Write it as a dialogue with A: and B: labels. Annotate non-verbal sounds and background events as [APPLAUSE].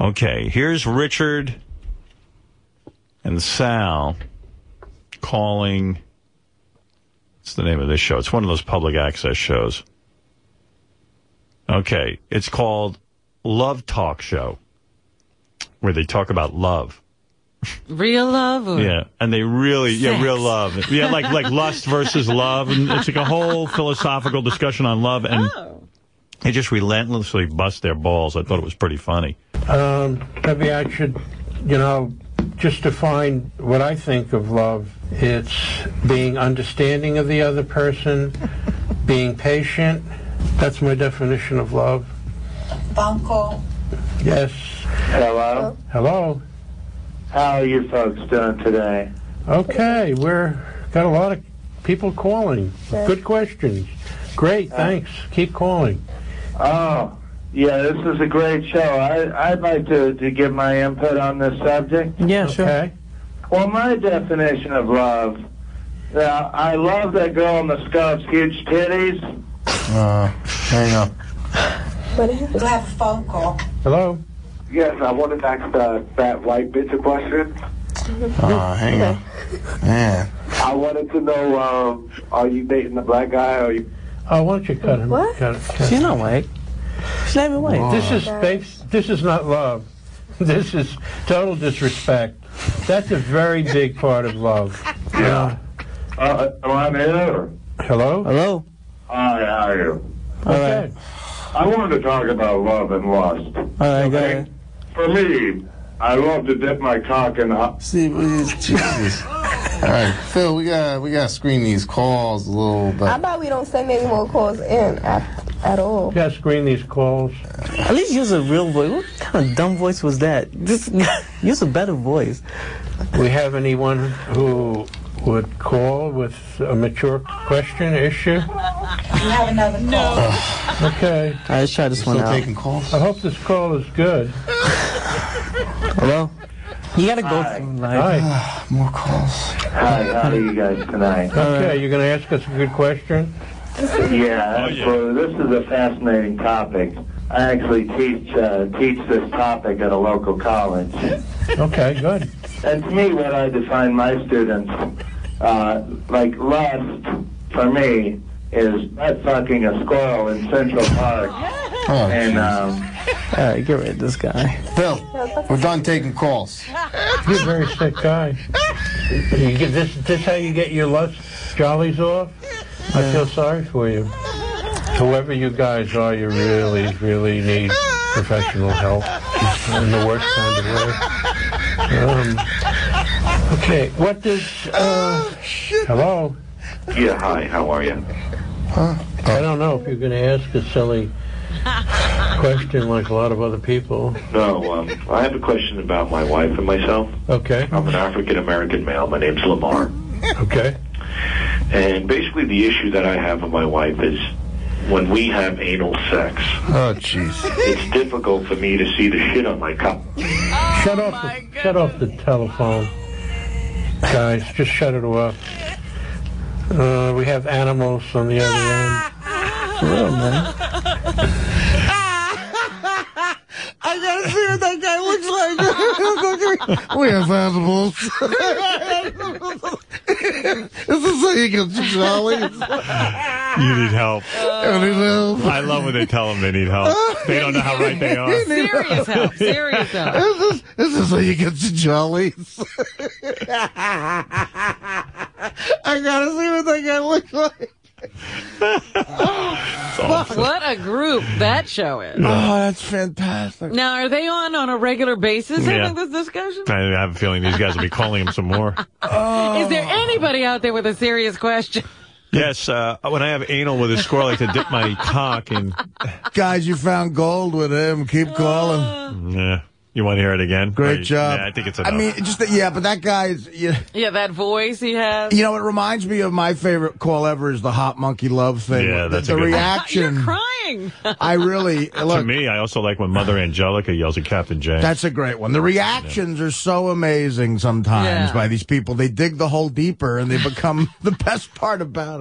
A: Okay, here's Richard and Sal calling. What's the name of this show? It's one of those public access shows. Okay, it's called Love Talk Show, where they talk about love.
B: Real love? Or
A: Yeah, and they really, yeah,
B: Sex.
A: real love. Yeah, like like lust versus love, and it's like a whole philosophical discussion on love, and they just relentlessly bust their balls. I thought it was pretty funny.
C: Um, maybe I should, you know, just define what I think of love. It's being understanding of the other person, being patient. That's my definition of love.
D: Phone call.
C: Yes.
E: Hello.
C: Hello.
E: How are you folks doing today?
C: Okay, we're got a lot of people calling. Good questions. Great, thanks. Keep calling.
E: Oh, yeah, this is a great show. I, I'd like to, to give my input on this subject.
B: yeah,
C: Okay.
E: Well, my definition of love, uh, I love that girl in the scarf's huge titties.
F: Uh, hang up.
D: You have a phone call.
C: Hello.
E: Yes, I wanted to ask the fat white bitch a question.
F: Uh, hang up. Man.
E: I wanted to know, um, are you dating a black guy? Or you...
C: Oh, why don't you cut him?
G: What?
C: Cut, cut.
B: She's not white. She's not even white.
C: This is babes, this is not love. [LAUGHS] This is total disrespect. That's a very big part of love. Yeah.
E: Uh, I'm here.
C: Hello.
B: Hello?
E: Hi, how are you?
C: Okay.
E: I wanted to talk about love and lust.
B: All right, got
E: Okay.
B: it.
E: For me, I love to dip my cock in hot.
F: See, we- [LAUGHS] Jesus. All right, Phil, we got we got to screen these calls a little
G: How
F: bit.
G: about we don't send any more calls in at, at all?
C: You gotta screen these calls.
B: At least use a real voice. What kind of dumb voice was that? [LAUGHS] Just use a better voice.
C: We have anyone who would call with a mature question issue?
D: You have another call.
C: Okay.
B: All right, let's try this one
F: Still
B: out.
F: taking calls.
C: I hope this call is good.
B: Hello? You gotta go through
C: All
B: life.
C: right.
F: More calls.
E: Hi, how are you guys
B: [LAUGHS]
E: tonight?
B: Oh,
C: Okay. You're gonna ask us a good question.
E: Yeah,
A: yeah.
E: so this is a fascinating topic. I actually teach uh, teach this topic at a local college,
C: Okay. Good.
E: and to me, what I define my students uh, like lust for me is butt fucking a squirrel in Central Park,
F: Oh,
E: and
F: jeez.
E: um,
B: All right, get rid of this guy.
F: Phil, we're done taking calls.
C: You're a very sick guy. You get this. This how you get your lust jollies off. I feel sorry for you. Whoever you guys are, you really, really need professional help in the worst kind of way. Um, okay, what does? Uh, hello.
E: yeah, hi, how are you?
C: I don't know if you're going to ask a
E: [LAUGHS]
C: silly question like a lot of other people.
E: No, um, I have a question about my wife and myself.
C: Okay.
E: I'm an African American male. My name's Lamar.
C: Okay.
E: And basically, the issue that I have with my wife is when we have anal sex,
F: Oh, jeez.
E: it's difficult for me to see the shit on my cup.
C: Shut off. The, shut off the telephone, guys. Just shut it off. Uh, we have animals on the other end.
B: For real, man. I gotta see what that guy [LAUGHS] looks like.
F: [LAUGHS] We have animals. [LAUGHS] this is how you get jolly.
A: You need help.
F: Animals.
A: I love when they tell them they need help. They don't know how right they are.
B: Serious help. Serious help.
F: This is, this is how you get jolly. [LAUGHS] I gotta see what that guy looks like.
B: What a group that show is.
F: Oh, that's fantastic.
B: Now, are they on on a regular basis
A: Yeah.
B: having this discussion?
A: I have a feeling these guys will be calling him some more.
B: Is there anybody out there with a serious question?
A: Yes, uh, when I have anal with a squirrel, I like to dip my cock in.
F: Guys, you found gold with him. Keep calling.
B: Uh.
A: Yeah. You want to hear it again?
F: Great
A: Or you-
F: job.
A: Yeah, I think it's
F: I
A: enough.
F: mean, just that, yeah, but that guy is. You,
B: Yeah, that voice he has.
F: you know, it reminds me of my favorite call ever is the hot monkey love thing.
A: Yeah,
F: The-
A: that's a
F: the
A: good one.
B: You're
F: reaction.
B: crying.
F: I
A: [LAUGHS]
F: really
A: to
F: look.
A: me, I also like when Mother Angelica yells at Captain James.
F: That's a great one. The reactions are so amazing sometimes
B: Yeah.
F: [LAUGHS] by these people. They dig the hole deeper and they become the best part about it.